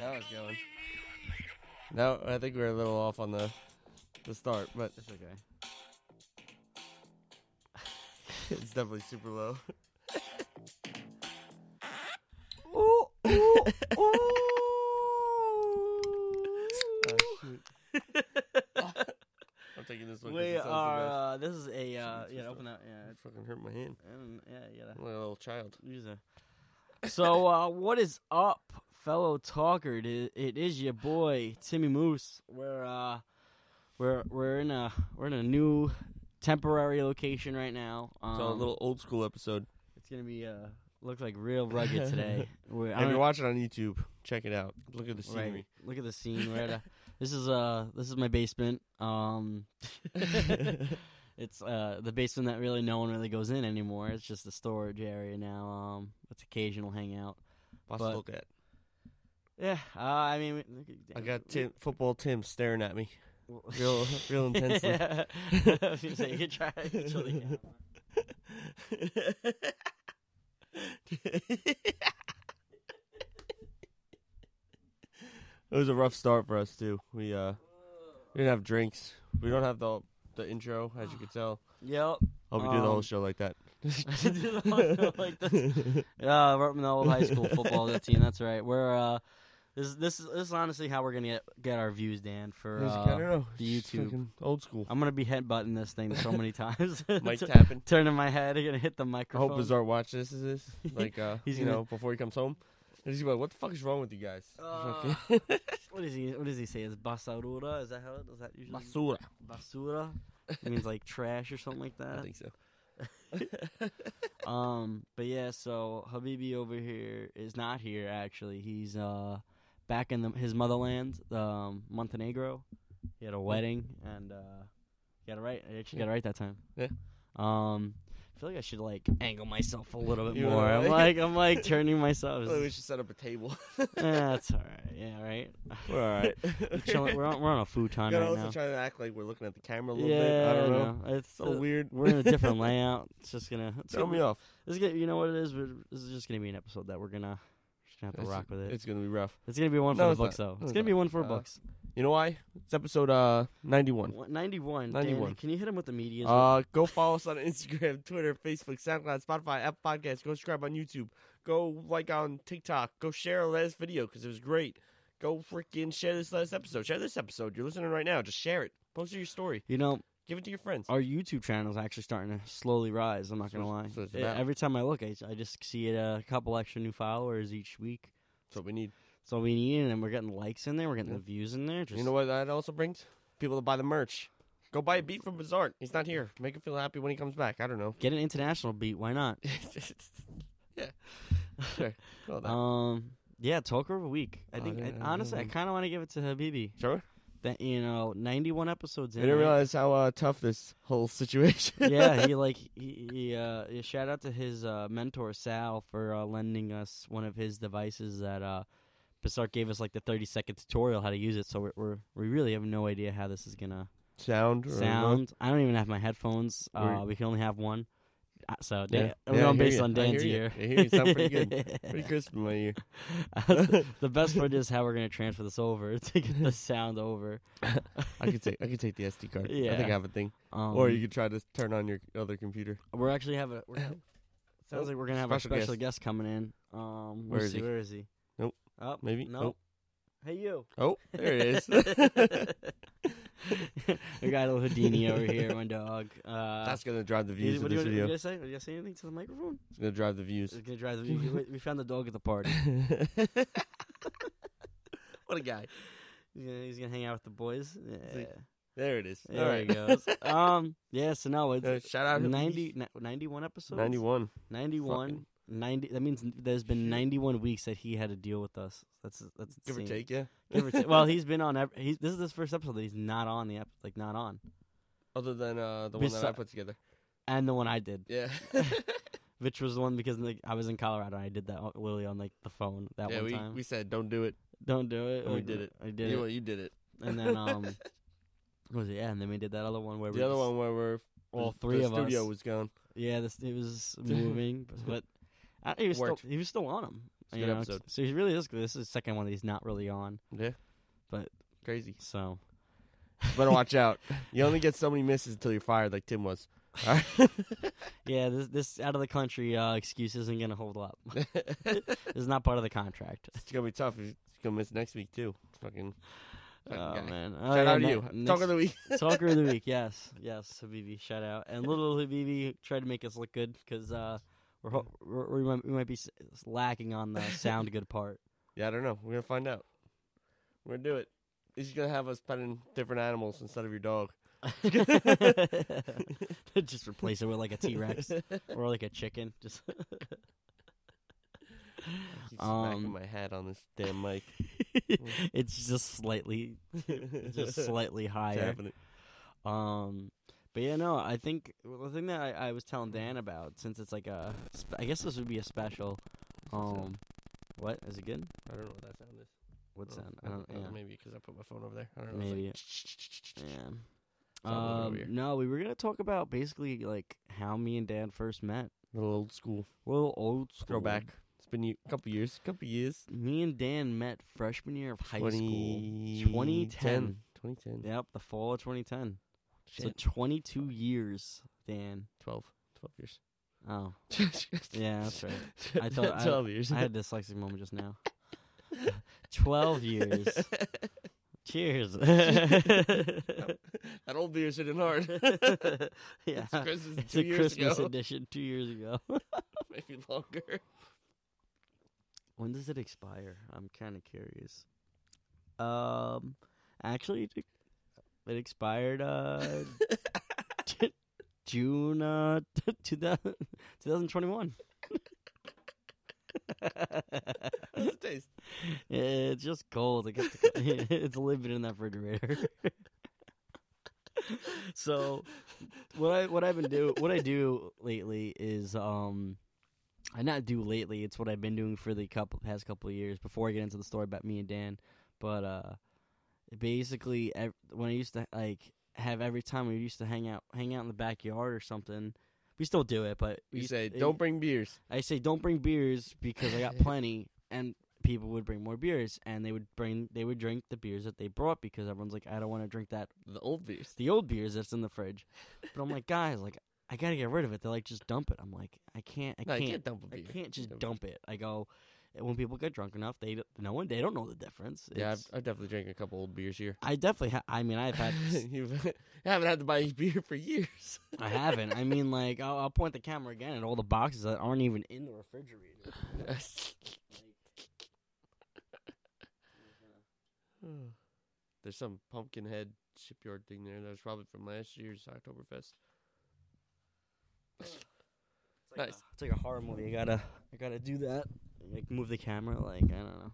That was going. No, I think we're a little off on the the start, but It's okay. it's definitely super low. Ooh, ooh, Oh, ooh. shoot. I'm taking this one. 'cause we it sounds the are. best. Uh, this is a. Uh, Shooting yeah, some open that. It Yeah, fucking hurt my hand. and yeah, you gotta I'm like a little child. use a. So, uh, what is up, fellow talker? It is, it is your boy Timmy Moose. We're uh, we're we're in a we're in a new temporary location right now. Um, so a little old school episode. It's gonna be uh, looks like real rugged today. We're, I If don't- you're watching on YouTube, check it out. Look at the Right. scenery. Look at the scene. We're at a, this is uh this is my basement. Um, it's uh the basement that really no one really goes in anymore. It's just a storage area now. Um, it's occasional hangout. Possible look at. Yeah. Uh, I mean, we- look at- I got Tim, football Tim staring at me, Well- real, real intensely. Yeah. I was gonna say, you could try to chill the camera. It was a rough start for us too. We uh, we didn't have drinks. We don't have the the intro, as you can tell. Yep. Hope we do the whole Um, show like that. do the whole show like this. Yeah, we're up in the old high school football that team. That's right. We're uh, this this is this is honestly how we're gonna get get our views, Dan. For It's- I don't uh, know. the it's just YouTube. fucking Old school. I'm gonna be headbutting this thing so many times. Mike Tur- tapping. turning my head, I'm gonna hit the I microphone. hope Bizarre watches this. this. Like uh, He's you gonna- know, before he comes home, he's gonna be like, "What the fuck is wrong with you guys?" Uh, What is he? What does he say? Is basarura? Is that how? Is that usually Basura. basura? It means like trash or something like I that. think so. Um, but yeah, so Habibi over here is not here actually. He's uh back in the, his motherland, um, Montenegro. He Hmm. had a wedding and uh he got it right. I actually got it right that time. Yeah. Um I feel like I should like angle myself a little bit You more. wanna- I'm like I'm like turning myself. Well, we should set up a table. That's all right. Yeah, right. We're all right. We're, chilling, we're, on, we're on a You futon gotta right also now. try to act like we're looking at the camera a little yeah, bit. I don't know. no, It's, It's so uh, weird. We're in a different layout. It's just gonna. It's Throw gonna me off. This is gonna, you know what it is. We're, this is just gonna be an episode that we're gonna just gonna have to It's- rock with it. It's, It's gonna be rough. gonna be one for No, the it's books, not. though. No, It's it's gonna be not. one for the Uh, books. You know why? It's episode uh ninety one. What- Ninety-one. Dan, 91. can you hit him with the media? Uh, go follow us on Instagram, Twitter, Facebook, SoundCloud, Spotify, Apple Podcasts. Go subscribe on YouTube. Go like on TikTok. Go share our last video because it was great. Go freaking share this last episode. Share this episode. You're listening right now. Just share it. Post it your story. you know, Give it to your friends. our YouTube channel is actually starting to slowly rise. I'm not So gonna lie. it's- so it's E- about- Every time I look, I, I just see it uh, a couple extra new followers each week. That's what we need. So we need it, and we're getting likes in there. We're getting Yeah. the views in there. Just, You know what that also brings? People to buy the merch. Go buy a beat from Bizarre. He's not here. Make him feel happy when he comes back. I don't know. Get an international beat. Why not? yeah. Sure. Go with that. Um. Yeah, talker of a week. I Oh, I think. I, didn't- I honestly, I didn't- kind of want to give it to Habibi. sure. That you know, ninety-one episodes I in. didn't right? realize how uh, tough this whole situation. yeah, he like he, he uh yeah, shout out to his uh mentor Sal for uh, lending us one of his devices that uh Bizarre gave us like the 30 second tutorial how to use it so we're, we're we really have no idea how this is going to sound. or look. sound. I don't even have my headphones. We're- Uh we can only have one. Uh, So Yeah. Dan, we're Yeah, I going hear based ya. on I Dan's hear ya. ear. I hear you. Sound pretty good. Pretty crisp in my ear. the best part is how we're going to transfer this over to get the sound over. I could take I could take the SD card. I Yeah. think I have a thing. Um, or you could try to turn on your other computer. We're actually have a. We're gonna, sounds Nope. like we're gonna have a Special special guest. coming in. Um, Where we'll is see, he? Where is he? Nope. Oh, Maybe. Nope. Nope. Hey you. Oh, there it is. we got a little Houdini over here, my dog. Uh, That's gonna drive the you- views of what do you this wanna- you video. gonna say? Are you gonna say anything to the microphone? It's gonna drive the views. It's gonna drive the. We, we found the dog at the party. what a guy. He's gonna, he's gonna hang out with the boys. Yeah. like, There it is. there All right. he goes. um. Yeah. So no, Uh, it's shout out 90, ni- 91 episodes. 91. 91 Fucking- 90 that means n- there's been 91 weeks that he had to deal with us that's that's Give or insane. take, yeah. Give or take. well he's been on every he's, this is his first episode that he's not on the ep- like not on Other than uh, the one that I Besi- put together. and the one i did Yeah. which was the one because like i was in colorado and i did that o- literally on like the phone that yeah, one we, time we said don't do it. don't do it and we like, did it. i did you, it well, you did it. and then um what was it yeah and then we did that other one where we The other just- one where we're all the- three the of studio us was gone. yeah this it was moving but I, he was still Worked. he was still on him It's a you good know, episode. So he's really is good. This is the second one that he's not really on. Yeah. But- crazy. So Better watch out. You only get so many misses until you're fired, like Tim was. All yeah, this this out of the country uh, excuse isn't gonna hold up. right? it's this is not part of the contract. gonna be tough. He's gonna miss next week too. Fucking Oh Fucking guy. man! Oh, shout yeah, out to ne- you. next- Talk of the week. Talker of the week, yes, yes, Habibi, shout out, and little Habibi tried to make us look good because uh, we're, ho- we're we might we might be s- lacking on the sound good part. Yeah, I don't know. We're gonna find out. We're gonna do it. He's gonna have us petting different animals instead of your dog. just replace it with like a T Rex or like a chicken. Just I keep Um, smacking my hat on this damn mic. it's just slightly, just It's slightly higher. happening. Um, but yeah, no, I think well, the thing that I, I was telling Dan about, since it's like a, sp- I guess this would be a special. sound? Um, what is it good? I don't know what that sound is. What Oh, sound? I don't. know. uh, Yeah, Maybe because I put my phone over there. I don't know. maybe. It's like, Yeah. all over Um, here. no, we were gonna talk about basically like how me and Dan first met. little old school Little old school. throwback. It's been a couple years. Couple years. Me and Dan met freshman year of high school. 2010. 2010. Yep, the fall of 2010. So Shit. 22 years, Dan. 12. 12 years. Oh, yeah, that's right. I told- I- 12 years. I had a dyslexic moment just now. 12 years. Cheers. that old beer's hitting hard. yeah. It's Christmas It's two a years Christmas ago. edition two years ago. Maybe longer. When does it expire? I'm kind of curious. Um, actually, it- it expired uh t- June uh 2000, 2021. How's it taste? it's just cold. It gets to, it's living in that refrigerator. so, what I what I've been do what I do lately is um, I not do lately. It's what I've been doing for the couple past couple of years. Before I get into the story about me and Dan, but uh, basically ev- when I used to like have every time we used to hang out hang out in the backyard or something. We still do it, but we You used- say, it- don't bring beers. I say don't bring beers because I got plenty, and people would bring more beers, and they would bring they would drink the beers that they brought because everyone's like, I don't want to drink that The old beers. the old beers that's in the fridge. But I'm like, guys, like I gotta get rid of it. They're like, just dump it. I'm like, I can't, I no, you can't, can't dump a I beer. can't just Dump it. dump it. I go when people get drunk enough, they don't- no one they don't know the difference. Yeah, I've, It's- I've definitely drank a couple old beers here. I definitely, ha- I mean, I've had. You've- I haven't had to buy beer for years. I haven't. I mean, like, I'll, I'll point the camera again at all the boxes that aren't even in the refrigerator. There's some pumpkin head shipyard thing there that was probably from last year's Oktoberfest. It's like Nice. A, it's like a horror movie. I gotta, I gotta do that. Like move the camera. Like I don't know.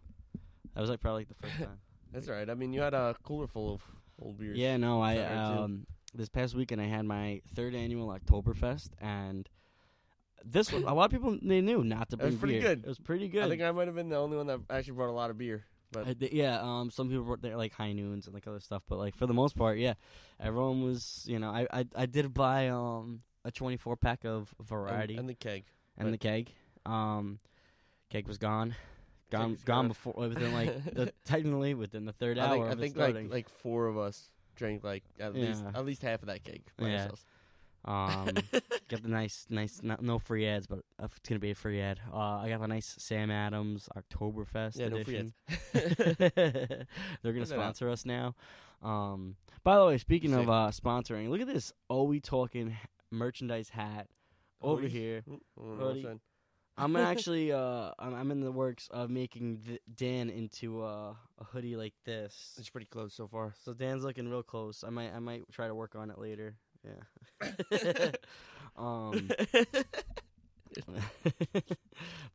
That was like probably like the first time. That's all right. I mean, you had a cooler full of old beers. yeah, no, I Sorry, too. um this past weekend I had my third annual Oktoberfest, and this was a lot of people they knew not to That was bring pretty beer. good. It was pretty good. I think I might have been the only one that actually brought a lot of beer. But Uh, th- yeah, um, some people were there like high noons and like other stuff, but like for the most part, yeah, everyone was. You know, I I, I did buy um a twenty four pack of and, variety. and the keg. and But- the keg. Um, keg was gone, gone, was gone, gone. before within like the, technically within the third I hour. think, I of it think starting. like like four of us drank like at least Yeah. at least half of that keg by Yeah. ourselves. um, got the nice, nice, no, no free ads, but uh, it's gonna be a free ad. Uh, I got the nice Sam Adams Oktoberfest Yeah, no free edition. ads. They're gonna Look that up. sponsor us now. Um, by the way, speaking Sick. of uh, sponsoring, look at this. Oh, we talking merchandise hat over Hoodie. here. Mm, I don't know Brody. what's in. I'm actually uh I'm, I'm in the works of making th- Dan into uh, a hoodie like this. It's pretty close so far. So Dan's looking real close. I might I might try to work on it later. Yeah. um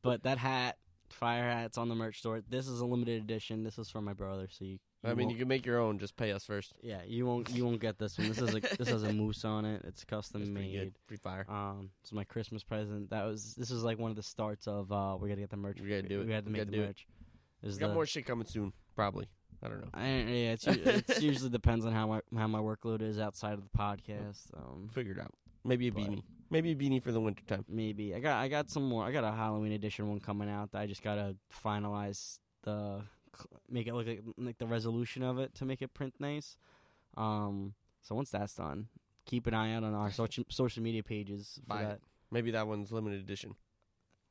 but that hat, fire hat's on the merch store. This is a limited edition. This is from my brother, so you, I mean, won't- you can make your own. Just pay us first. yeah, you won't you won't get this one. This is a this has a moose on it. It's custom That's pretty made. good. Pretty fire. Um, it's my Christmas present. That was this is like one of the starts of uh, we gotta get the merch. We gotta do it. We had to We make gotta the do it. merch. Is We got the, more shit coming soon, probably. I don't know. I, yeah, it's, u- it's usually depends on how my how my workload is outside of the podcast. Um, Figure it out. Maybe a But- beanie. Maybe a beanie for the wintertime. Maybe I got I got some more. I got a Halloween edition one coming out that I just gotta finalize the cl- make it look like, like the resolution of it to make it print nice. Um, so once that's done, keep an eye out on our social social media pages. For Buy it. that. Maybe that one's limited edition.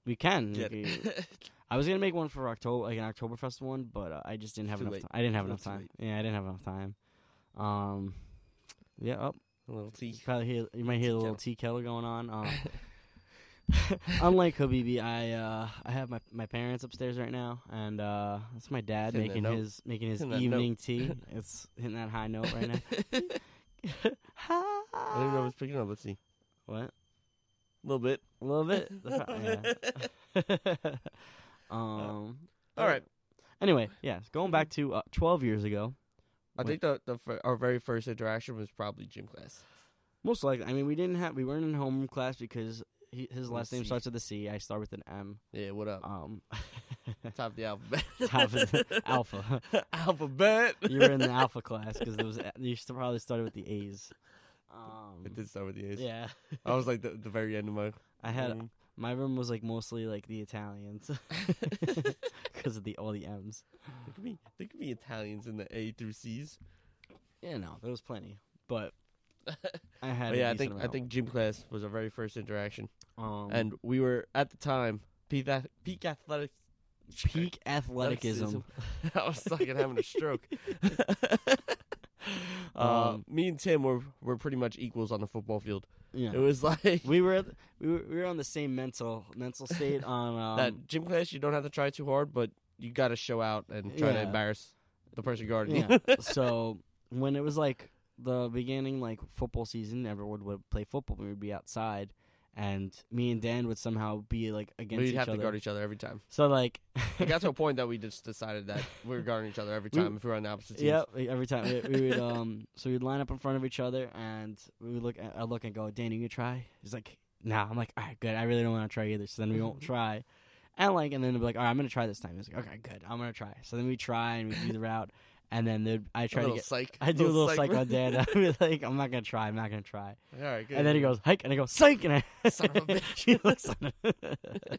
We can. Get we it. could- I was gonna make one for October, like an Oktoberfest one, but uh, I just didn't have Too enough. late. Time. I didn't have Still enough too time. late. Yeah, I didn't have enough time. Um, yeah. Oh, a little you tea. probably hear you might hear a little kettle. tea kettle going on. Um, unlike Habibi, I uh, I have my, my parents upstairs right now, and uh, it's my dad Hitting that making note. his making his Hitting that evening tea. It's hitting that high note right now. I don't even know if it's picking up. Let's see. what? A little bit. A little bit. Little bit. Yeah. um. Uh, All right. Mm-hmm. Anyway, yeah, going back to uh, 12 years ago, I Wait. think the, the fir- our very first interaction was probably gym class. most likely. I mean, we didn't have we weren't in homeroom class because he, his With a last name C. starts with a C. I start with an M. Yeah, what up? Um, Top of the alphabet. Top of the alpha. alphabet. you were in the alpha class because there was you st- probably started with the A's. Um, It did start with the A's. yeah, I was like the, the very end of my. I had room. my room was like mostly like the Italians because of the all the M's. There could be there could be Italians in the A through C's. Yeah, no, there was plenty, but but I had. a yeah, I decent think I amount. think gym class was our very first interaction, um, and we were at the time peak ath- peak athletics. peak athleticism. I was fucking having a stroke. uh, Um, me and Tim were were pretty much equals on the football field. Yeah, It was like we were, at the- we were we were on the same mental mental state on um, that gym class. You don't have to try too hard, but you got to show out and try to Yeah. embarrass the person guarding. you. Yeah. so when it was like the beginning, like football season, everyone would play football. We would be outside, and me and Dan would somehow be like against We'd each have other. to guard each other every time. so like, It got to a point that we just decided that we were guarding each other every We- time if we were on the opposite teams. yep. Every time we, we would, um, so we'd line up in front of each other, and we would look. At, I look and go, Dan, you gonna try? He's like, Nah. I'm like, All right, good. I really don't want to try either. So then we won't try. And like, and then they'd be like, All right, I'm gonna try this time. He's like, Okay, good. I'm gonna try. So then we try and we do the route, and then there'd- I A try to little get. psych. I do a little psych on move. Dan. I'd be like, I'm not gonna try. I'm not gonna try. All right, good. And then he goes hike, and I go psych, and I Son of a bitch. she looks at him.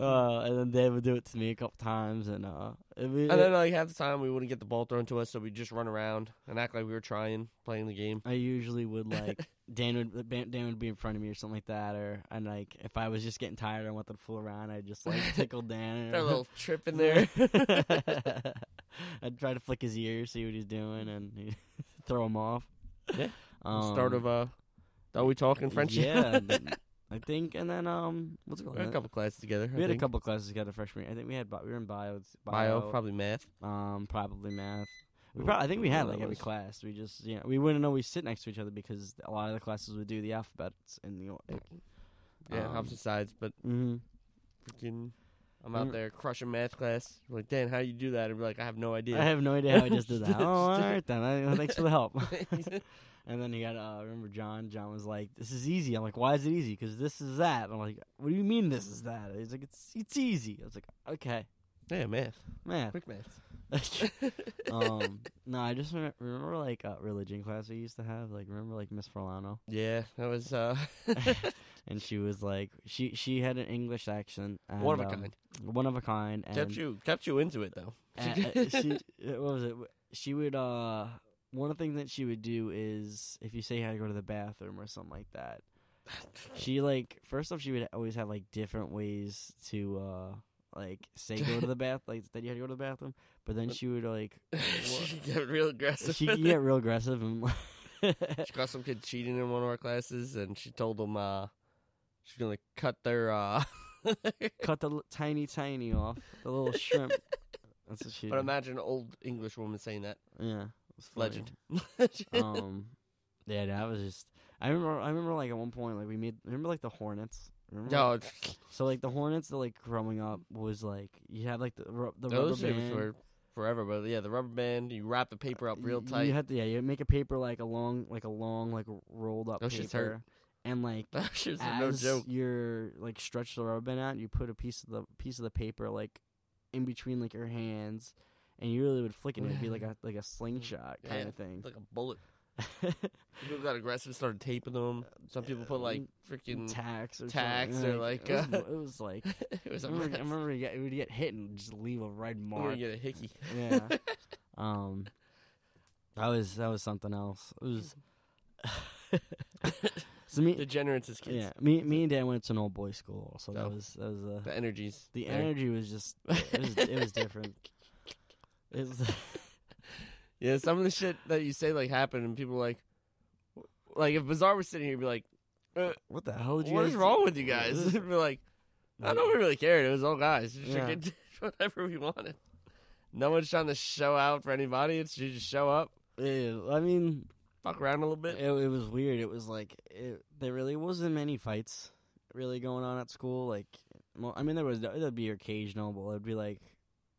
uh, and then Dan would do it to me a couple times, and uh, it, was- And then like half the time we wouldn't get the ball thrown to us, so we would just run around and act like we were trying, playing the game. I usually would like Dan would Dan Dan would be in front of me or something like that, or and like if I was just getting tired, I wanted to fool around, I'd just like tickle Dan. Got a little trip in there. there. I'd try to flick his ear, see what he's doing, and he'd throw him off. Yeah. Um, Start of uh, are we talking friendship? Yeah, th- I think, and then um, what's it we called? had a couple classes together. I we had a think. couple classes together freshman. year. I think we had bi- we were in bio, it's bio, probably math. um, probably math. We Ooh, probably I think we yeah, had that like every was- class. We just you know we wouldn't always sit next to each other because a lot of the classes would do the alphabets in the order. Yeah, Um, opposite sides, but Mm-hmm. freaking, I'm Mm. out there crushing math class. You're like, Dan, how do you do that? And be like, I have no idea. I have no idea how I just did that. Just- oh, all just- right then. I, thanks for the help. and then you got uh, remember John. John was like, "This is easy." I'm like, "Why is it easy?" Because this is that. I'm like, "What do you mean this is that?" He's like, "It's it's easy." I was like, "Okay, yeah, math. man." Quick math. um, no, I just remember, remember like uh, religion class we used to have. Like, remember like Miss Forlano, yeah, that was uh, and she was like, she she had an English accent. And, one of a um, kind. One of a kind. And, Kept you kept you into it though. and, uh, she, uh, what was it? W- She would uh, one of the things that she would do is if you say you had to go to the bathroom or something like that. She like first off, she would always have like different ways to uh like say go to the bath like that you had to go to the bathroom, but then she would like she got real aggressive. she can get real aggressive and She caught some kid cheating in one of our classes, and she told them uh, she's gonna cut their uh. but cut the l- tiny tiny off the little shrimp. That's what she. did. imagine an old English woman saying that. yeah, it was funny. Legend. um, yeah, that was just. I remember. I remember like at one point, like we made. Remember like the hornets. Remember, no, like- it's- So like the hornets, that like growing up was like you had like the ru- the those rubber things band. were forever. But yeah, the rubber band. You wrap the paper up real Y- tight. You had to yeah. You make a paper like a long like a long like rolled up Those paper, shits hurt. and like That shit's as no joke. you're like stretch the rubber band out, you put a piece of the piece of the paper like in between like your hands, and you really would flick it. and It'd be like a like a slingshot kind Yeah. of thing. Like a bullet. People got aggressive, and started taping them. Some people put like freaking. tax or Tax something. or Like, like, it, uh, was, it was like it was I a remember, I mess. remember we, got, we would get hit and just leave a red I'm gonna mark. get a hickey. yeah. Um, that was that was something else. It was. so me, Degenerates as kids. yeah, me, me and Dan went to an old boy school, so that Oh. was that was uh, The energies. the there. energy was just it was, it was different. It was, Yeah, some of the shit that you say like happened, and people were like, like if Bizarre was sitting here, he'd be like, what the hell? Did you "What guys is do? wrong with you guys?" This- We'd be like, "I don't really cared. It was all guys. Just Yeah. did whatever we wanted. No one's trying to show out for anybody. It's you just show up, Yeah, I mean, fuck around a little bit. it, it was weird. It was like it, there really wasn't many fights really going on at school. Like, mo- I mean, there was there'd be occasional, but it'd be like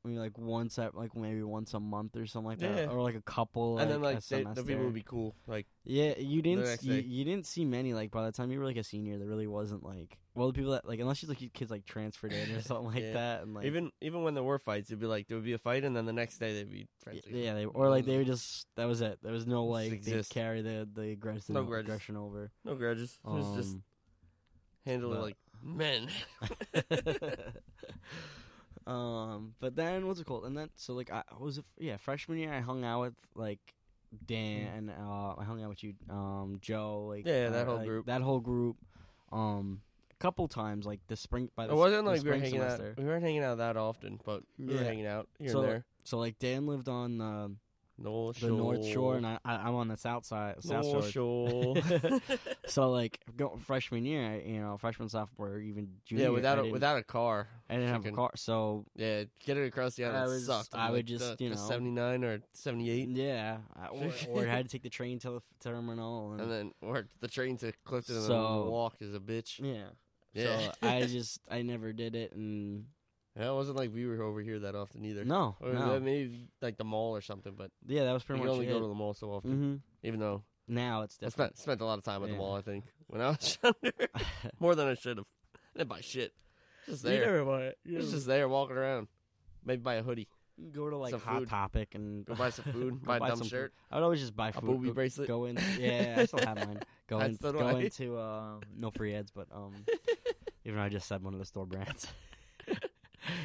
maybe like once at like maybe once a month or something like that, Yeah. or like a couple. and then like a they, the people semester. would be cool. Like Yeah, you didn't next s- you, day. you didn't see many like by the time you were like a senior, there really wasn't like well the people that like unless you like you kids like transferred in or something like Yeah. that and like even even when there were fights, it'd be like there would be a fight, and then the next day they'd be y- friends. again. yeah, they, or like they were just that was it. There was no Just like they exist. carry the the aggression No grudges. aggression over. No grudges. It was just Um, handled but- like men. um, but then what's it called? And then so like I I was a, yeah freshman year I hung out with like Dan. Uh, I hung out with you, um, Joe. Like Mm-hmm. Yeah, uh, that whole like, group. That whole group. Um, a couple times like the spring by the It s- wasn't the like we were spring hanging semester. out. We weren't hanging out that often, but we Yeah. were hanging out here So, and there. So like Dan lived on the, North the Shore. North Shore and I, I I'm on the South side South Shore. North Shore. So like go, freshman year, I, you know, freshman sophomore, even junior. yeah, I without a, didn't- without a car. I didn't have a freaking- car. So Yeah, getting across the island I was- sucked. I would just, you know- seventy nine or seventy eight, Yeah, I- or, or had to take the train to the f- terminal. And, and then or the train to Clifton and So- then walk is a bitch. yeah. Yeah, So I just I never did it, and Yeah, it wasn't like we were over here that often either. no, Or no. maybe like the mall or something, but yeah, that was pretty we much only it. go to the mall so often. hmm Even though Now it's I different. spent spent a lot of time at Yeah. the mall, I think when I was younger, more than I should have. I didn't buy shit. Just there. It's just there walking around. Maybe buy a hoodie. go to like some Hot food. Topic and Go buy some food, go buy a dumb some food. shirt. I would always just buy A food. booby go, bracelet. Go in. Yeah, I still have mine. Go I in. still do Go I. into uh, no free ads, but um, even though I just said one of the store brands.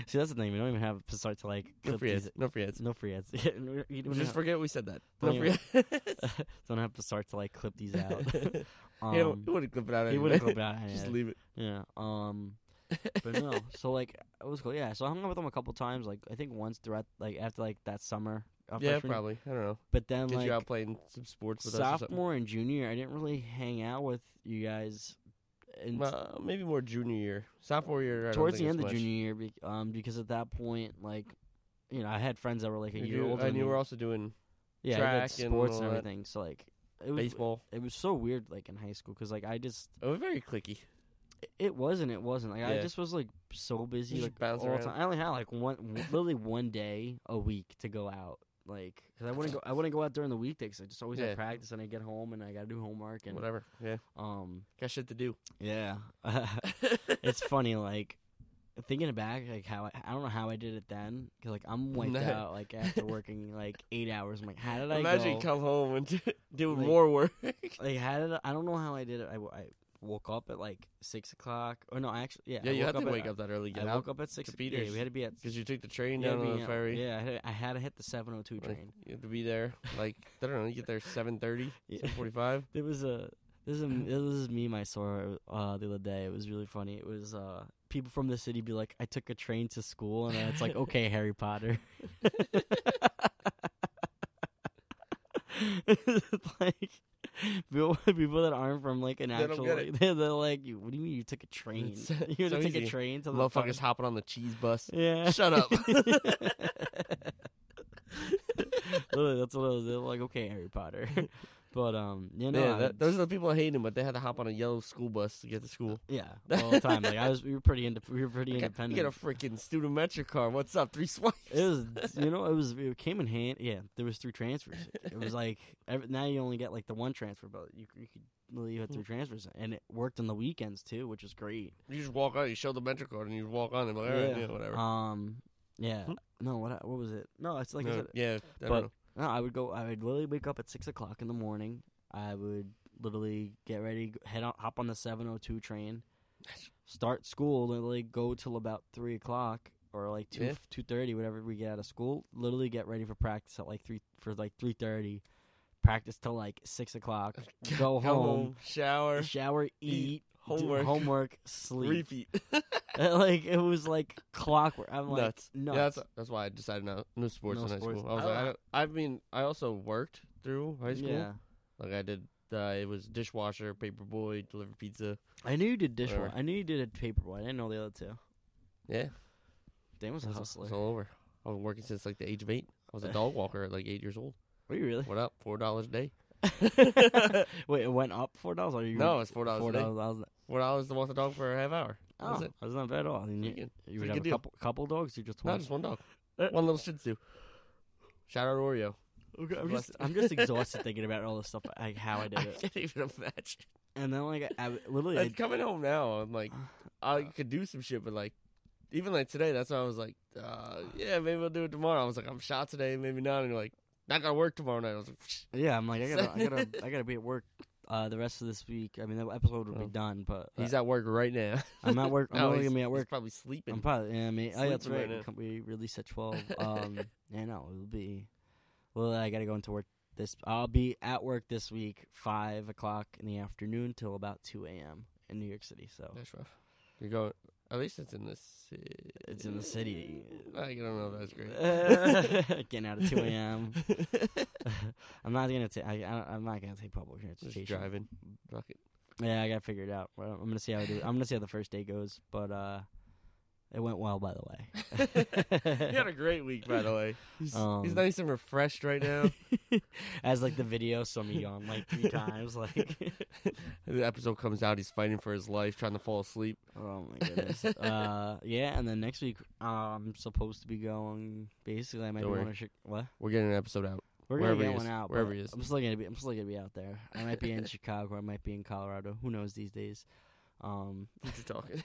See, that's the thing. We don't even have to start to like No clip free these- ads. No free ads. No free ads. You don't have- Just forget we said that. Don't Don't even- forget. don't have to start to like clip these out. he Um, don't- he wouldn't clip it out. he anyway. wouldn't clip it out. Just yeah. leave it. Yeah. Um. But no. so like it was cool. Yeah. So I hung out with him a couple times. Like I think once throughout like after like that summer. of yeah, freshman year. probably. I don't know. But then Get like you out playing some sports with us. Or something. sophomore and junior, I didn't really hang out with you guys. And Well, maybe more junior year. Sophomore year. I towards the don't end think it's of much. junior year, be- um, because at that point, like, you know, I had friends that were like a You year do- older. and than you me. were also doing yeah, I did track and sports all and, that. everything. So like, it was baseball. it was so weird, like in high school, because like I just It was very clicky. It wasn't. It wasn't. Like I Yeah. just was like so busy, just like all bounce the around. time. I only had like one, w- literally one day a week to go out, like because I wouldn't go. I wouldn't go out during the weekday 'cause I just always Yeah. had practice, and I get home and I gotta do homework and Whatever. Yeah. um Got shit to do. yeah. it's funny, like thinking back, like how I, I don't know how I did it then, 'cause, like I'm wiped No. out, like after working like eight hours. I'm like, how did I Imagine go? you come home and doing Like- more work. like how did I, I don't know how I did it. I, w- I woke up at like six o'clock. Or no, I actually yeah. yeah, I you woke had to at- wake up that early. Get I out woke up at six. Yeah, Peters. we had to be at. because you took the train we had to down be on the out- ferry. Yeah, I had, I had to hit the 702 Like, train. you have to be there. Like I don't know. You get there seven thirty, Yeah. seven forty-five. There was a this is a, this is meme I saw uh, the other day. It was really funny. It was uh, people from the city be like, "I took a train to school," and then it's like, "Okay, Harry Potter." It's like people, people that aren't from like an They don't actual, get it. they're, they're like, "You- "What do you mean you took a train? It's you so- had to so take a easy. train to the fucking-" Motherfuckers hopping on the cheese bus. Yeah. Shut up. Literally, that's what I was. They're like, okay, Harry Potter. But um, you know, yeah, I that, would those are s- the people that hate him, but they had to hop on a yellow school bus to get to school. yeah, all the time. Like I was, we were pretty, indep we were pretty Okay, You independent. get a freaking student car. What's up? Three swipes. it was, you know, it was. It came in hand. Yeah, there was three transfers. It was like every, now you only get like the one transfer, but you, you could literally you had Hmm. three transfers, and it worked on the weekends too, which was great. You just walk on. You show the metro card, and you walk on. And be like, all right, Yeah. Uh, yeah, whatever. Um, yeah, no, what I- what was it? No, it's like I Hmm. No, said, yeah, I don't but know. No, I would go. I would literally wake up at six o'clock in the morning. I would literally get ready, g- head on, hop on the seven o two train, start school, literally go till about three o'clock or like two Yeah. two thirty, whatever we get out of school. Literally get ready for practice at like three for like three thirty, practice till like six o'clock. Go Come home, shower, shower, eat, do homework, homework, sleep. repeat. like it was like clockwork. I'm like nuts. nuts. Yeah, that's that's why I decided not no sports No in high sports. Oh, school. I was I like, I, don't- don't- I mean, I also worked through high school. Yeah. Like I did, uh, it was dishwasher, paperboy, deliver pizza. I knew you did Whatever. dishwasher. I knew you did a paperboy. I didn't know the other two. Yeah, Dan was a It's all- hustler. It's all over. I've been working since like the age of eight. I was a dog walker at like eight years old. Were you really? What up? Four dollars a day. Wait, it went up four dollars. Or you No, it's four dollars four a day. dollars. Four dollars to walk the dog for a half hour. That Oh, was that's, it. not bad at all. I mean, You you, can- you a would good have a deal. couple couple dogs. You just No, one. just one dog. Uh, One little Shih Tzu. Shout out Oreo. Okay, I'm blessed just it. I'm just exhausted thinking about all this stuff, like how I did I it. can't even imagine. And then like I, I literally, Like, I, coming home now, I'm like, I Uh. could do some shit, but like, even like today, that's why I was like, uh, yeah, maybe I'll do it tomorrow. I was like, I'm shot today, maybe not. And you're like, not gonna work tomorrow night. I was like, yeah, I'm like I gotta I gotta I gotta be at work uh, the rest of this week. I mean, the episode would Oh. be done, but uh, he's at work right now. I'm at work. I'm No, only he's- gonna be at he's work. probably sleeping. I'm probably. Yeah, I mean, oh, yeah, that's Sleeping right. right now. Com- we release at twelve. Um, yeah, no, it'll be. Well, I gotta go into work this. I'll be at work this week, five o'clock in the afternoon till about two a.m. in New York City. So that's rough. You're going. At least it's in the city. it's in the city. I don't know. if That's great. Getting out at two a.m. I'm not gonna take. I'm not gonna take public transportation. Just driving. Fuck it. Yeah, I gotta figure it out. Well, I'm gonna see how I do. I'm gonna see how the first day goes, but uh, it went well, by the way. He had a great week, by the way. He's, he's Um, nice and refreshed right now. As like the video saw me yawn like three times, like the episode comes out. He's fighting for his life, trying to fall asleep. oh my goodness. Uh, yeah, and then next week uh, I'm supposed to be going. Basically, I might Don't be worry. going to Chi- what? We're getting an episode out. We're gonna Wherever get he one is. out. but Wherever he is. I'm still gonna be. I'm still gonna be out there. I might be in Chicago. I might be in Colorado. Who knows these days? Um, What you talking?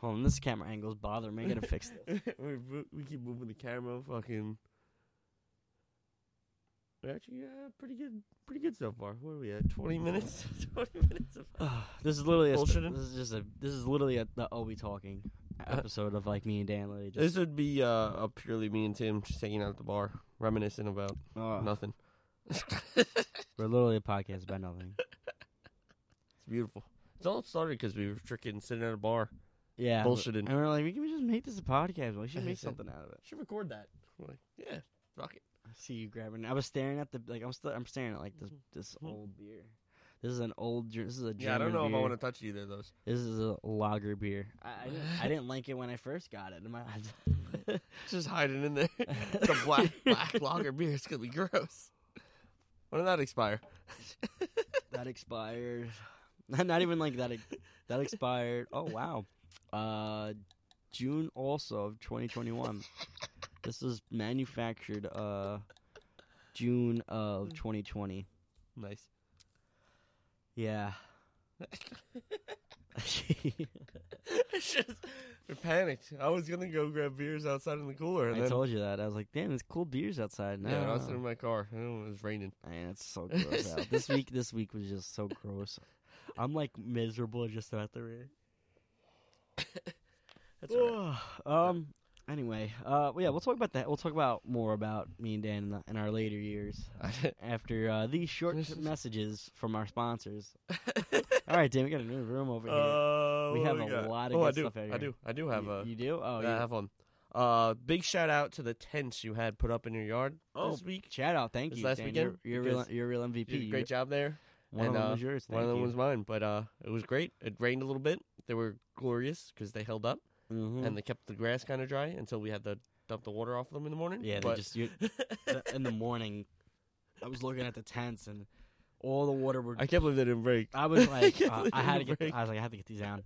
hold on, this camera angle's bothering me. I gotta fix it. we, mo- we keep moving the camera. Fucking. We're actually uh, pretty good. Pretty good so far. Where are we at? Twenty minutes. Twenty minutes of. this is literally a, sp- Bullshitting? this is just a this is literally a the oh we talking episode of like me and Dan literally just This would be uh, a purely me and Tim just hanging out at the bar, reminiscing about Ugh. nothing. we're literally a podcast about nothing. It's beautiful. It's all started because we were freaking sitting at a bar. Yeah, but- Bullshitting. And we're like, we can just make this a podcast. We should I make said- something out of it. Should record that. We're like, yeah, fuck it. I see you grabbing. I was staring at the like. I'm still. I'm staring at like this this Mhm. old beer. This is an old. Ger- This is a German Yeah, I don't know beer. if I want to touch either of those. This is a lager beer. I, I, didn't, I didn't like it when I first got it. My, It's Just hiding in there. it's a black black lager beer. It's gonna be gross. When did that expire? that expired. Not even like that. ex- That expired. Oh wow. Uh, June also of 2021. this is manufactured. Uh, June Mm. of 2020. Nice. Yeah. It's just, we panicked. I was gonna go grab beers outside in the cooler, and I then told you that. I was like, damn, there's cool beers outside now. yeah, I was sitting in my car. And it was raining. Man, it's so gross out. This week this week was just so gross. I'm like miserable just about the rain. That's all right. um anyway, uh well, yeah, we'll talk about that. We'll talk about more about me and Dan in, the, in our later years after uh, these short messages from our sponsors. All right, Dan, we got a new room over here. Uh, We what have do a got? lot of oh, good I do. stuff out I here. do. I do have you, a. you do? Oh, I yeah. have one. Uh, big shout out to the tents you had put up in your yard Oh, this week. Shout out, thank This you. last Dan. weekend, you're, you're, a real, because you're a real MVP. You did a great You're- job there. One and, of them uh, was yours. One of thank them you. was mine, but uh, it was great. It rained a little bit. They were glorious because they held up Mhm. and they kept the grass kind of dry until we had to dump the water off them in the morning. Yeah, they but just you, th- in the morning. I was looking at the tents and all the water were. I can't believe they didn't break. I was like, can't uh, believe I had to it get. breaks. I was like, I had to get these down.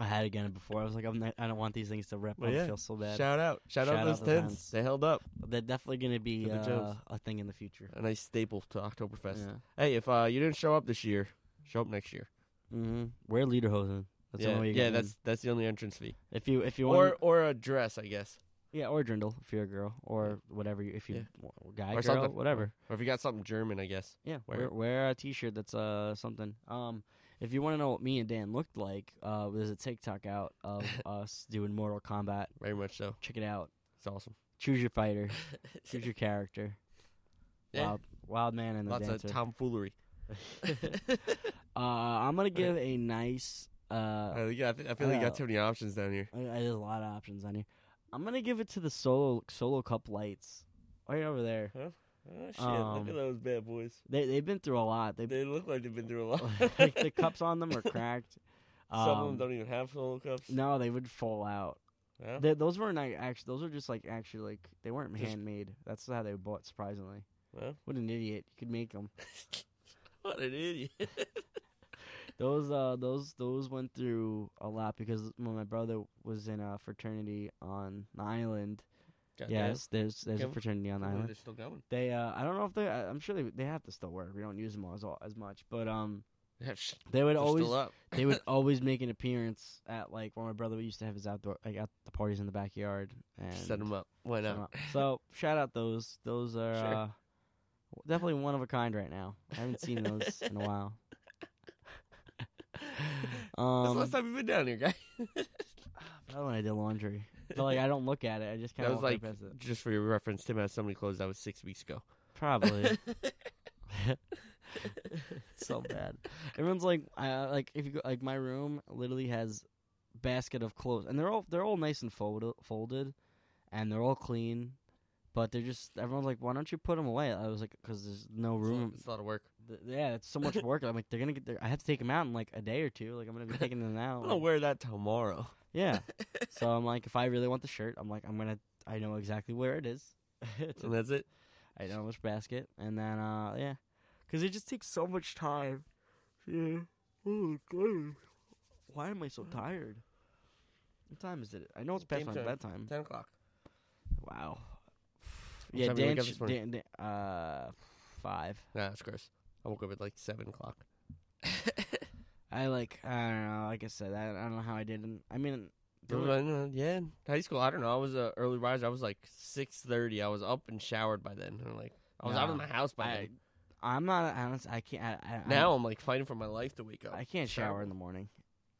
I had to get it before. I was like, I'm not, I don't want these things to rip. Well, I yeah. feel so bad. Shout out, shout, Shout out out those the tents. tents. They held up. They're definitely gonna be To the uh, Joes. a thing in the future. A nice staple to Oktoberfest. Yeah. Hey, if uh, you didn't show up this year, show up next year. Mm-hmm. Wear lederhosen. That's the yeah, only way yeah, you get in. that's that's the only entrance fee. if you if you want. Or or a dress, I guess. Yeah, or Drindle if you're a girl, or whatever you, if you Yeah. w- guy, Or girl, something. whatever. Or if you got something German, I guess. Yeah, Wear wear, it. wear a t-shirt that's uh something. Um, if you want to know what me and Dan looked like, uh, there's a TikTok out of us doing Mortal Kombat. Very much so. Check it out. It's awesome. Choose your fighter. Choose your character. Yeah. Wild, wild man and the Lots dancer. of tomfoolery. uh, I'm gonna give a nice. Uh, I, think- I think- I feel like you got too many options down here. I, I- there's a lot of options on here. I'm gonna give it to the solo solo cup lights right over there. Oh, shit. Um, look at those bad boys. They they've been through a lot. They They look like they've been through a lot. like the cups on them are cracked. Some of them Um, don't even have solo cups. No, they would fall out. Yeah. Th those weren't like, actually. Those were just like actually like they weren't Just- handmade. That's how they were bought. Surprisingly, Well, what an idiot! You could make them. what an idiot. Those uh those those went through a lot because when my brother was in a fraternity on the island. God yes, there's there's a Can't fraternity on damn, I the believe island. They're still going. They uh I don't know if they I- I'm sure they they have to still work. We don't use them as all- as much, but um They're s- they would they're always still up. they would always make an appearance at like where my brother used to have his outdoor like at the parties in the backyard and Set them up. Why set 'em not? up. So shout out those those are Sure. uh, definitely one of a kind right now. I haven't seen those in a while. That's the Um, last time you've been down here, guy. probably when I did laundry, but like I don't look at it. I just kind That of was walk like, right past it. just for your reference, Tim has so many clothes. That was six weeks ago. Probably. so bad. Everyone's like, uh, like if you go, like my room literally has basket of clothes, and they're all they're all nice and fold- folded, and they're all clean, but they're just everyone's like, why don't you put them away? I was like, because there's no It's a lot- room. It's a lot of work. Th- yeah, it's so much work. I'm like, they're gonna get. Their, I have to take them out in like a day or two. Like I'm gonna be taking them I'm out. going to like- wear that tomorrow. yeah. So I'm like, if I really want the shirt, I'm like, I'm gonna. I know exactly where it is. It's And that's it. I know which basket, and then uh, yeah, because it just takes so much time. Yeah. Oh god. Why am I so tired? What time is it? I know it's past Game my time. bedtime. 10 o'clock. Wow. What yeah, time you wake Dan, up sh- this morning? Dan, Dan- Uh, five. Nah, that's gross. I woke up at like 7 o'clock. I like. I don't know. Like I said, I, I don't know how I didn't. I mean, there was- uh, yeah, in high school. I don't know. I was a early riser. I was like six thirty. I was up and showered by then. I'm like, I was out of my Nah, house by I, then. I'm not honest. I can't. I, I, I- Now I'm like fighting for my life to wake up. I can't shower in the morning.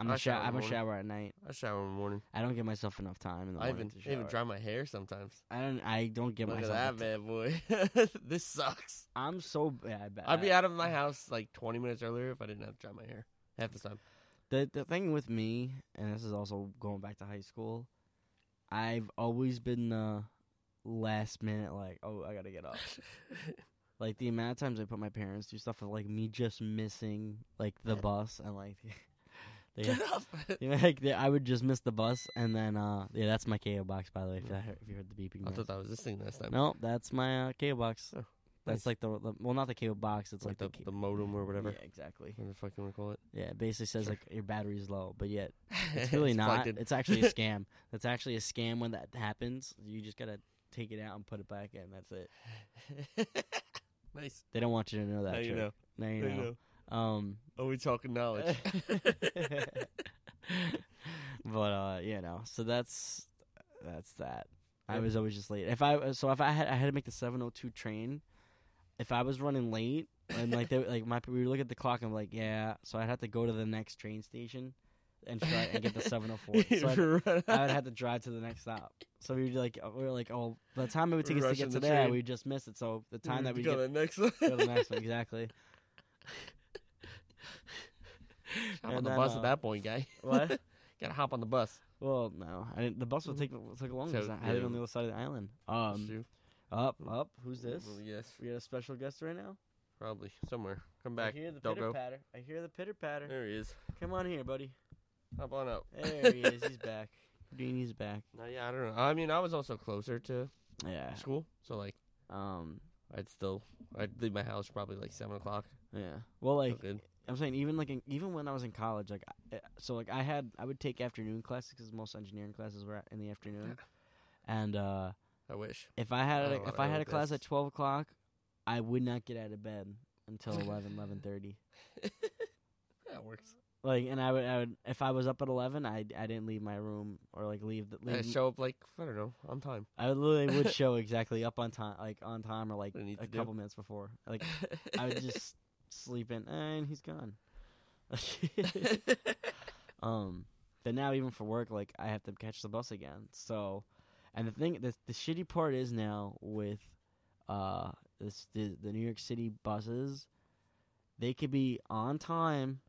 I'm I a shower. shower in I'm the a morning. shower at night. I shower in the morning. I don't give myself enough time in the I morning even to I even shower. dry my hair sometimes. I don't. I don't give Look at myself. that the t- bad boy. this sucks. I'm so bad. bad. I'd be out of uh. my house like 20 minutes earlier if I didn't have to dry my hair half the time. the the thing with me, and this is also going back to high school. I've always been the last minute, like, oh, I gotta get up. like the amount of times I put my parents through stuff of like me just missing like the bus and like. they- Get up. you know, like they, I would just miss the bus, and then uh, yeah, that's my KO box. By the way, if, that, if you heard the beeping, I noise. thought that was this thing last time. no, that's my uh, KO box. Oh, nice. That's like the, the well, not the KO box. It's It's like like, the, K- the modem or whatever. Yeah, exactly. Whatever the fuck you want to call it. Yeah, it basically says Sure. like your battery's low, but yet it's really not. plugged in. It's actually a scam. That's actually a scam when that happens. You just gotta take it out and put it back in. That's it. nice. They don't want you to know that. now you trick. know. Now you Now you know. know. Um, Are we talking knowledge? but uh, you know, so that's that's that. I Yeah. was always just late. If I so if I had I had to make the seven oh two train, if I was running late and like they like my we would look at the clock and I'm like yeah, so I'd have to go to the next train station and try and get the seven oh four. So I'd, I would have to drive to the next stop. So we would like we were like oh by the time it would take us to Rushing get the to there train. Mm, we just missed it. So the time that we go get to the next one. go to the next one exactly. hop on And the then, bus uh, at that point, guy. What? Gotta hop on the bus. Well, no, I didn't. The bus would Mhm. take took longer. So, 'cause I had it yeah. on the other side of the island. That's Um, true. up, up. Who's this? Well, yes, We got a special guest right now. probably somewhere. Come I back. hear the Don't pitter go. patter. I hear the pitter patter. There he is. Come on here, buddy. Hop on up. There he is. He's back. Houdini's back. No, yeah, I don't know. I mean, I was also closer to Yeah. school, so like, Um. I'd still, I'd leave my house probably like seven o'clock. Yeah. Well, So like good. I'm saying, even like in, even when I was in college, like I, eh, so like I had I would take afternoon classes because most engineering classes were in the afternoon, and uh I wish. if I had I a, don't if know, I had a like class this. at twelve o'clock, I would not get out of bed until eleven eleven thirty. That works. Like, and I would, I would, if I was up at eleven, I, I didn't leave my room or like leave. The, I leave show up like I don't know on time. I literally would show exactly up on time, like on time or like What I need a to do. couple minutes before. Like I would just sleep in, and he's gone. um, but now even for work, like I have to catch the bus again. So, and the thing, the the shitty part is now with, uh, this the, the New York City buses, they could be on time,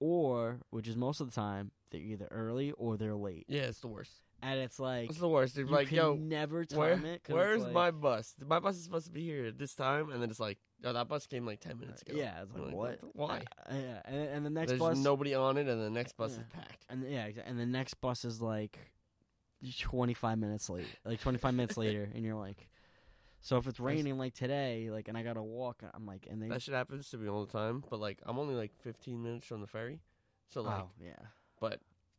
or which is most of the time they're either early or they're late, yeah, it's the worst. and it's like. It's the worst. They're You like, can yo, never where- time it. 'cause it's where's like- my bus? My bus is supposed to be here at this time, and then it's like, oh, that bus came like ten minutes ago. Yeah, it's I'm like, like, what? why? Uh, yeah, and, and the next There's bus, nobody on it, and the next bus Yeah. is packed. and yeah, exa- and the next bus is like twenty five minutes late, like twenty five minutes later, and you're like, so if it's raining like today, like, and I gotta walk, I'm like, and they, That shit happens to me all the time, but like I'm only like 15 minutes from the ferry, so like oh yeah,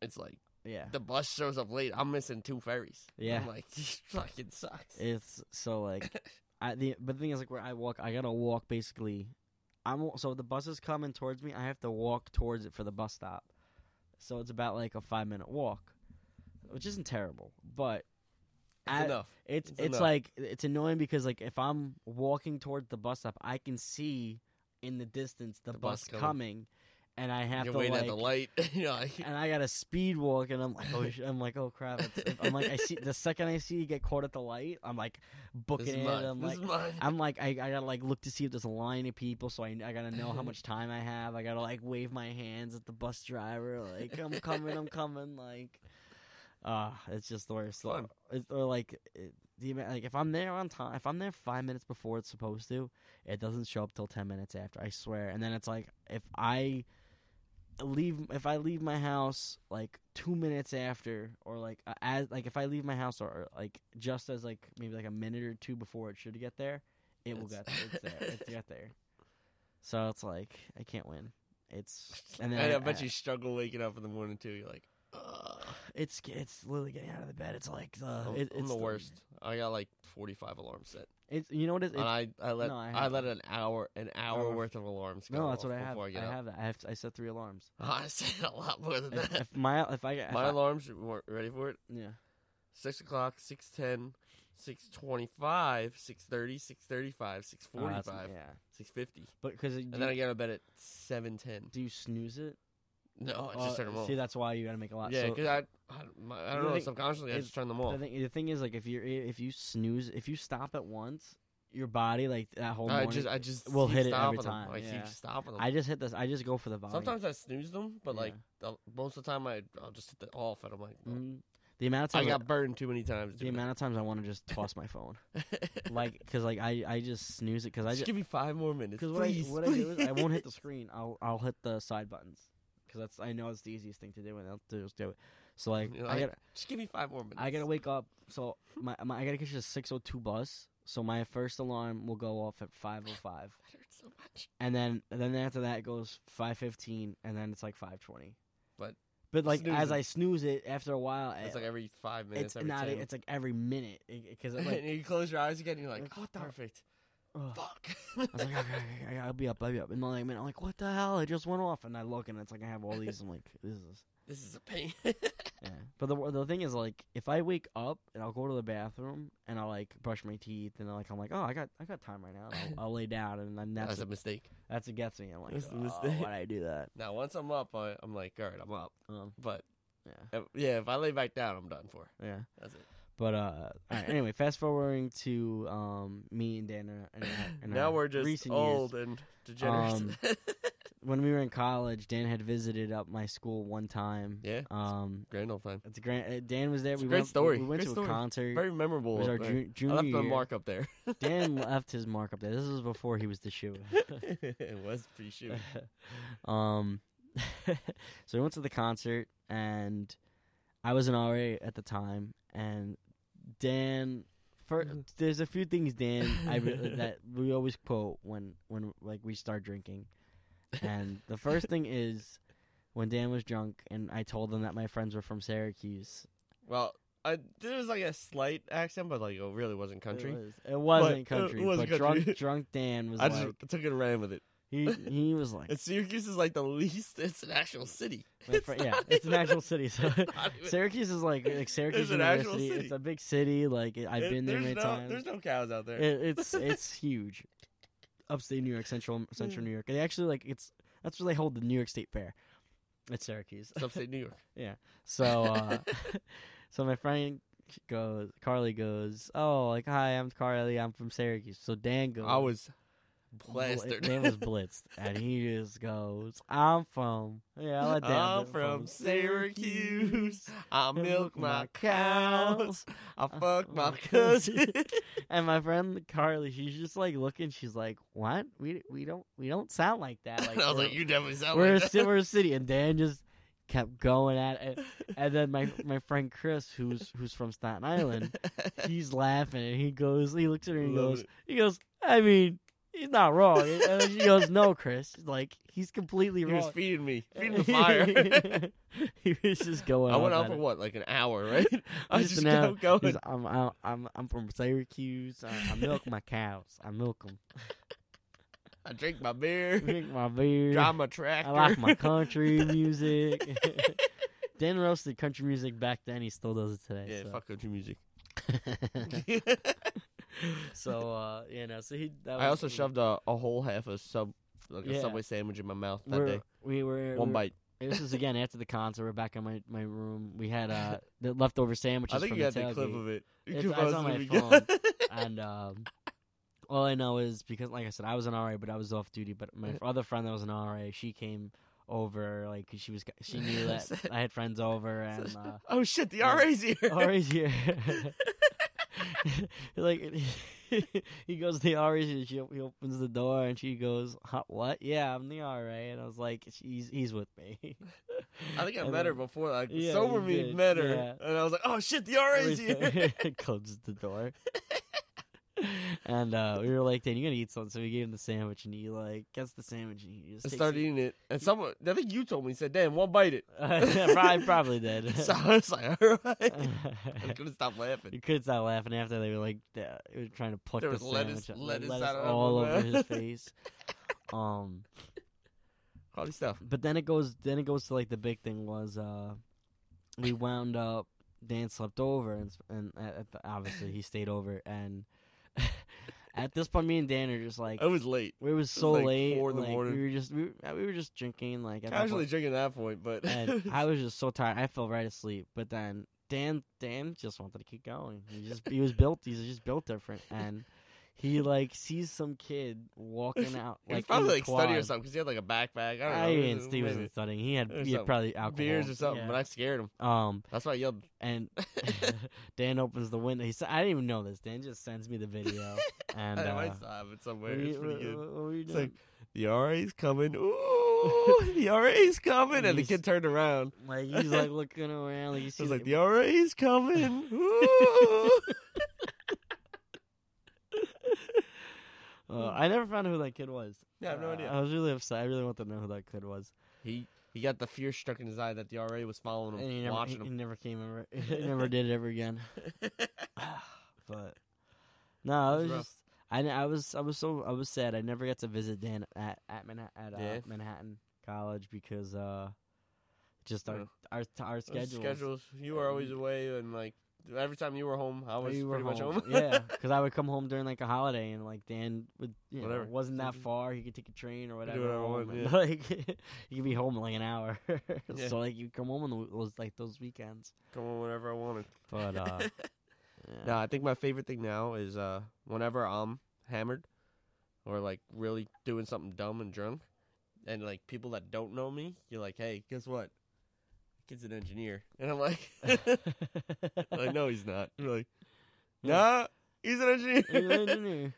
it's like yeah, the bus shows up late. I'm missing two ferries. Yeah. I'm like this fucking sucks. it's so like, I the but the thing is like where I walk, I gotta walk basically. I'm so if the bus is coming towards me, I have to walk towards it for the bus stop, so it's about like a five minute walk, which isn't terrible, but It's I- enough. It's It's it's enough. like it's annoying because like if I'm walking towards the bus stop, I can see in the distance the, The bus coming. bus, coming. and I have You're to waiting like at the light. you know, like, and I got to speed walk, and I'm like, oh, sh- I'm like, oh crap! It's, I'm like, I see the second I see you get caught at the light, I'm like, this booking is it. mine. I'm this like, is mine. I'm like, I, I gotta like look to see if there's a line of people, so I, I gotta know how much time I have. I gotta like wave my hands at the bus driver, like I'm coming, I'm coming, like. Uh, it's just the worst. Or- Fun. It's, or like, it, the, ama- like if I'm there on time, if I'm there five minutes before it's supposed to, it doesn't show up till ten minutes after. I swear. And then it's like if I leave, if I leave my house like two minutes after, or like uh, as like if I leave my house or, or, like just as like maybe like a minute or two before it should get there, it will It's- get it's there. It's get there. So it's like I can't win. It's and then And I bet you struggle waking up in the morning too. You're like, Ugh. it's it's literally getting out of the bed. It's like the I'm, Uh, it, I'm it's the worst. I got like 45 alarms set, It's you know what it is. and It's- I, I let no, I I, have- let an hour an hour Hour. worth of alarms. go no, that's off what I have. before I, I get up. have that. I have I set three alarms. I said a lot more than If, that. if my if I if My I- alarms weren't ready for it. yeah six o'clock, six ten, six twenty five, six thirty, six thirty five, six Oh, forty that's- five, yeah. six fifty, But because do, and then I you- get out of bed at seven ten. do you snooze it? No, I just Uh, turn them off. See, that's why you gotta make a lot. yeah, so, because I, I, don't- my, I The don't know. thing- subconsciously, I it- just turn them the off. thing, the thing is, like, if you're if you snooze, if you stop at once, your body like that whole I morning. just, I just We'll keep hit it stopping every 'em. time, I yeah. keep stopping them. I just hit this. I just go for the volume. Sometimes I snooze them, but Yeah. like the, most of the time, I I'll just hit the off, and I'm like, well, Mhm. the amount of I times got burned too many times. the doing amount of times I want to just toss my phone, that. like, because like I I just snooze it because I just, just give me five more minutes, Because what, I, please. what I do is I won't hit the please. screen. I'll I'll hit the side buttons because that's I know it's the easiest thing to do and I'll do- just do it. So like You're I like, gotta Just give me five more minutes. I gotta wake up. So my, my I gotta catch the six o two bus. So my first alarm will go off at five o five, That hurts so much. and then and then after that it goes five fifteen, and then it's like five twenty. But but like as snoozing. I snooze it after a while, It's it- like every five minutes. it's every not 10. it's like every minute because like and you close your eyes again. and You're like, Like, oh, what the- perfect. ugh. Fuck. I was like, okay, okay, okay, I'll be up, I'll be up. And then like, man, I'm like, what the hell? I just went off, and I look, and it's like I have all these. I'm like, this is. this is a pain. Yeah. But the the thing is, like, if I wake up and I'll go to the bathroom and I'll like brush my teeth and like I'm like, oh, I got I got time right now. And I'll, I'll lay down and then That's, that's a what, mistake. that's what gets me. I'm like, That's a oh, mistake." why did I do that? Now once I'm up, I, I'm like, all right, I'm up. Um, But yeah, uh, yeah, if I lay back down, I'm done for. yeah. That's it. But uh, all right, anyway, fast forwarding to um me and Dan and, our- and now our we're just recent old Years. and degenerate. Um, When we were in college, Dan had visited up my school one time. yeah, Um, grand old time. it's a grand. uh, Dan was there. It's a we great went, story. We went Great to story. a concert. Very it memorable. was our up there. ju- I junior left year. uh, a mark up there. Dan left his mark up there. This was before he was the shoe. it was pretty shoot. um, so we went to the concert, and I was an RA at the time, and Dan. For, Mm-hmm. there's a few things Dan I re- that we always quote when when like we start drinking, and the first thing is when Dan was drunk and I told him that my friends were from Syracuse. Well, I, there was like a slight accent, but like it really wasn't country. It, was, But, uh, not country, it wasn't but country. drunk drunk Dan was I like, just took it and ran with it. He he was like, And Syracuse is like the least. It's an actual city. Wait for- yeah, not it's an even- actual city. So it's not even- Syracuse is like like Syracuse an actual University. city. It's a big city. Like I've It- been there there's many no, times. There's no cows out there. It, it's it's huge. Upstate New York, central central Hmm. New York. They actually like it's that's where they hold the New York State Fair. At Syracuse. It's upstate New York. So uh, so my friend goes Carly goes, Oh, like hi, I'm Carly, I'm from Syracuse. So Dan goes I was bl- plastered. Dan was blitzed and he just goes, I'm from Yeah, I let Dan I'm but from Syracuse. I I milk my cows. I I fuck my fuck my cousin. And my friend Carly, she's just like looking, she's like, What? We we don't we don't sound like that. Like and I was we're- like, you definitely sound we're like a, that. ci- we're a city, and Dan just kept going at it. And then my my friend Chris, who's who's from Staten Island, he's laughing and he goes, he looks at her and he Love goes, it. he goes, I mean, he's not wrong. And then she goes, No, Chris, like he's completely he wrong. was feeding me, feeding the fire. he was just going. I went off out at for it. what, like an hour, right? I Just just an hour. kept going. He's, I'm, I'm I'm I'm from Syracuse. I, I milk my cows. I milk them. I drink my beer, Drink my beer. drive my tractor. I like my country music. Dan roasted country music back then. He still does it today. yeah, so. fuck country music. so uh, you know, so he. That I was- also shoved a, a whole half a sub, like Yeah. a Subway sandwich in my mouth that we're- day. We were One we were- bite. This is again after the concert. We're back in my, my room. We had uh the leftover sandwiches. I think from you got the the clip tailgate. of it. You It's- can it's post on it my if you phone. got- and um, all I know is because, like I said, I was an RA, but I was off duty. But my other friend that was an RA, she came over, like 'cause she was, she knew that I had friends over, and uh, oh shit, the yeah. RA's here. RA's here. like he goes to the RA's here, she op- he opens the door, and she goes, huh, "What? Yeah, I'm the RA," and I was like, "He's he's with me." I think I And met her then- before. Like Yeah, sober you me did, met her, yeah. and I was like, "Oh shit, the RA's here." closes the door. and uh, we were like, Dan, you gotta eat something. So we gave him the sandwich, and he like gets the sandwich, and he just I takes started eating it, and someone I think you told me said, "Damn, one bite it." it. probably probably did. So I was like, "All right." I couldn't stop laughing. You could stop laughing after they were like uh, they were trying to pluck There was the lettuce- sandwich, out- lettuce out of all him, over man. his face. Um, Quality stuff. but then it goes then it goes to like the big thing was uh we wound up Dan slept over and s- and at, at the, obviously he stayed over and at this point me and Dan are just like I was late, it was so like, late four in the like, morning. we were just we, were- we were just drinking like at that casually point, drinking at that point, but and I was just so tired I fell right asleep but then Dan Dan just wanted to keep going he just he was built he's just built different and he like sees some kid walking out he like was in probably the like studying or quad. something because he had like a backpack. I don't know. I it didn't. was- Steve maybe wasn't studying. He had Or he had something. probably alcohol, beers or something, but I scared him. I... Um, That's why I yelled. and Dan opens the window. He said, "I didn't even know this." Dan just sends me the video, and I uh, might still have it somewhere. what are It's you- pretty good. what- what- what are you It's like, the doing? RA's coming. Ooh, the RA's coming. And the He's- kid turned around. like, he's like looking around. Like, you I see was like, the- the RA's coming. Ooh. Uh, I never found out who that kid was. Yeah, I have no Uh, idea. I was really upset. I really want to know who that kid was, he he got the fear struck in his eye that the RA was following him, and he never, he, watching he him. never came ever. he never did it ever again. but no, I It was was rough. just I, I was I was so I was sad I never got to visit Dan at at, Manha- at uh, Yeah. Manhattan College because uh just our Yeah. our our Those schedules. schedules. You were always away, and like every time you were home, I was We were pretty much home. yeah, because I would come home during like a holiday, and like Dan would, you know, Whatever. wasn't that Mhm. far. He could take a train or whatever. whatever I home, want, and, yeah. Like you could be home in like an hour. Yeah. So like you come home on the, those like those weekends. Come on, whenever I wanted. But uh, yeah. No, I think my favorite thing now is uh, whenever I'm hammered or like really doing something dumb and drunk, and like people that don't know me, you're like, hey, guess what? Kid's an engineer, and I'm like, like no, he's not. You're like, Yeah. nah, he's an engineer. He's an engineer.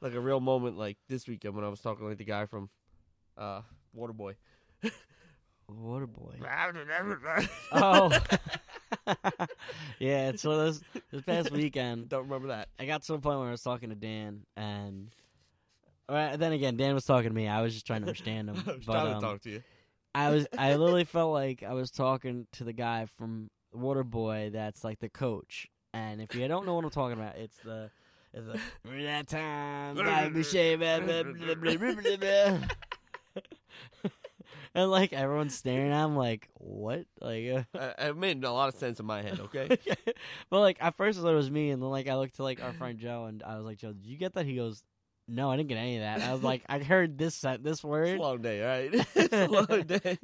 like a real moment, like this weekend when I was talking like the guy from uh, Waterboy. Water boy. oh, Oh. yeah, so this this past weekend don't remember that. I got to the point where I was talking to Dan and all right, then again Dan was talking to me. I was just trying to understand him. I was but, trying um, to talk to you. I was I literally felt like I was talking to the guy from Waterboy that's like the coach. And if you don't know what I'm talking about, it's the It's like, That time, Bobby Boucher, blah, blah, blah, blah, blah, blah, blah. and like everyone's staring at him, like what? Like, uh, I- it made a lot of sense in my head. Okay. but like at first I thought it was me, and then like I looked to like our friend Joe, and I was like, Joe, did you get that? He goes, No, I didn't get any of that. And I was like, I heard this sen- this It's word. a long day, all right? it's a long day.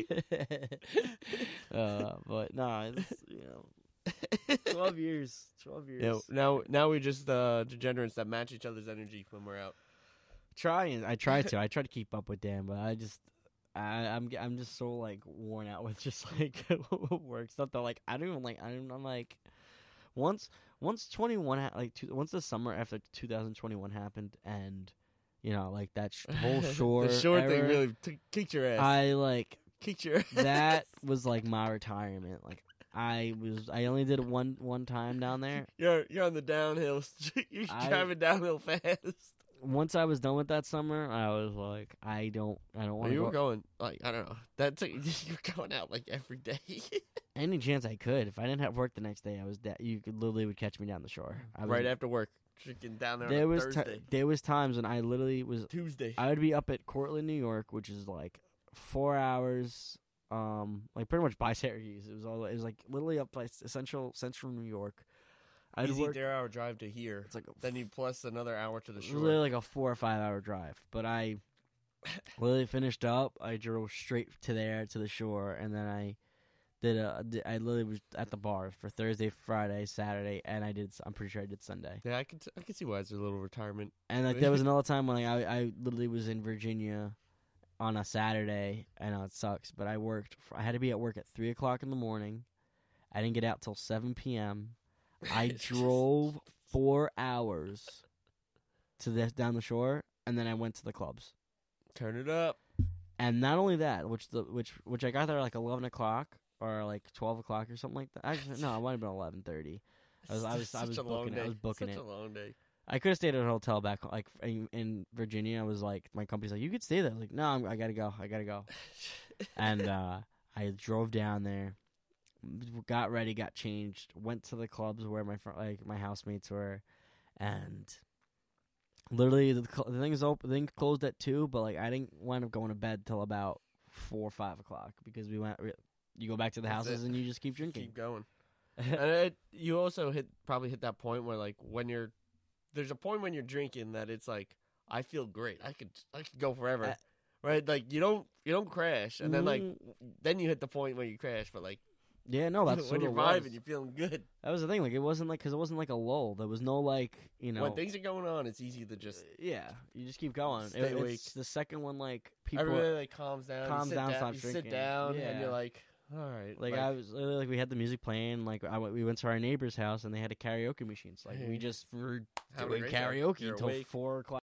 uh, but nah, it's, you know, twelve years, twelve years. Now, now, now we're just uh, degenerates that match each other's energy when we're out. trying. I try to. I try to keep up with Dan, but I just, I, I'm, g- I'm just so like worn out with just like work stuff that like I don't even like. I don't, I'm like, once, once 21, ha- like two, once the summer after 2021 happened, and you know, like that sh- whole shore, the short thing era, really t- kicked your ass. I like kicked your ass. that was like my retirement. Like I was, I only did it one one time down there. You're you're on the downhill. st- You're I- driving downhill fast. Once I was done with that summer, I was like, I don't, I don't want to you go. were going like I don't know. That took, you were going out like every day. Any chance I could. If I didn't have work the next day, I was dead. You could literally would catch me down the shore. I was, right after work, drinking down there. there on a was ti Thursday, there was times when I literally was. Tuesday. I would be up at Cortland, New York, which is like four hours, um, like pretty much by Syracuse. It was all it was like literally up by s- central central New York. I'd Easy work. hour drive to here. It's like a Then you plus another hour to the It shore. was literally like a four or five hour drive. But I literally finished up. I drove straight to there to the shore, and then I did a. di- I literally was at the bar for Thursday, Friday, Saturday, and I did. I'm pretty sure I did Sunday. yeah, I could t- I could see why it's a little retirement. And like there was another time when like, I I literally was in Virginia on a Saturday. I know it sucks, but I worked. For, I had to be at work at three o'clock in the morning. I didn't get out till seven p.m. I drove four hours to the down the shore, and then I went to the clubs. Turn it up. And not only that, which the which which I got there like eleven o'clock or like twelve o'clock or something like that. Actually, no, it might have been eleven thirty. I was- I was- I Such was a long booking it. I day. was booking Such it. a long day. I could have stayed at a hotel back like in, in Virginia. I was like, my company's like, you could stay there. I was like, no, I'm, I gotta go. I gotta go. and uh, I drove down there, got ready, got changed, went to the clubs where my fr- like my housemates were, and literally the, cl- the thing's open. The thing closed at two, but like I didn't wind up going to bed till about four or five o'clock because we went. Re- you go back to the That's houses it. and you just keep drinking. Keep going. and it, you also hit probably hit that point where like when you're there's a point when you're drinking that it's like I feel great. I could I could go forever. Uh, right? Like you don't you don't crash and then like Mm. then you hit the point where you crash but like yeah, no, that's when what you're it was. vibing you're feeling good. That was the thing. Like it wasn't like because it wasn't like a lull. There was no like you know. When things are going on it's easy to just yeah, you just keep going. It- Stay it's awake. the second one like people. everybody like calms down, calms you sit down, down, stops you drinking. sit down and Yeah. you're like all right. like, I was literally, like we had the music playing. Like I went, we went to our neighbor's house and they had a karaoke machine. So like we Hey. just were having a doing great time. karaoke You're until awake. four o'clock.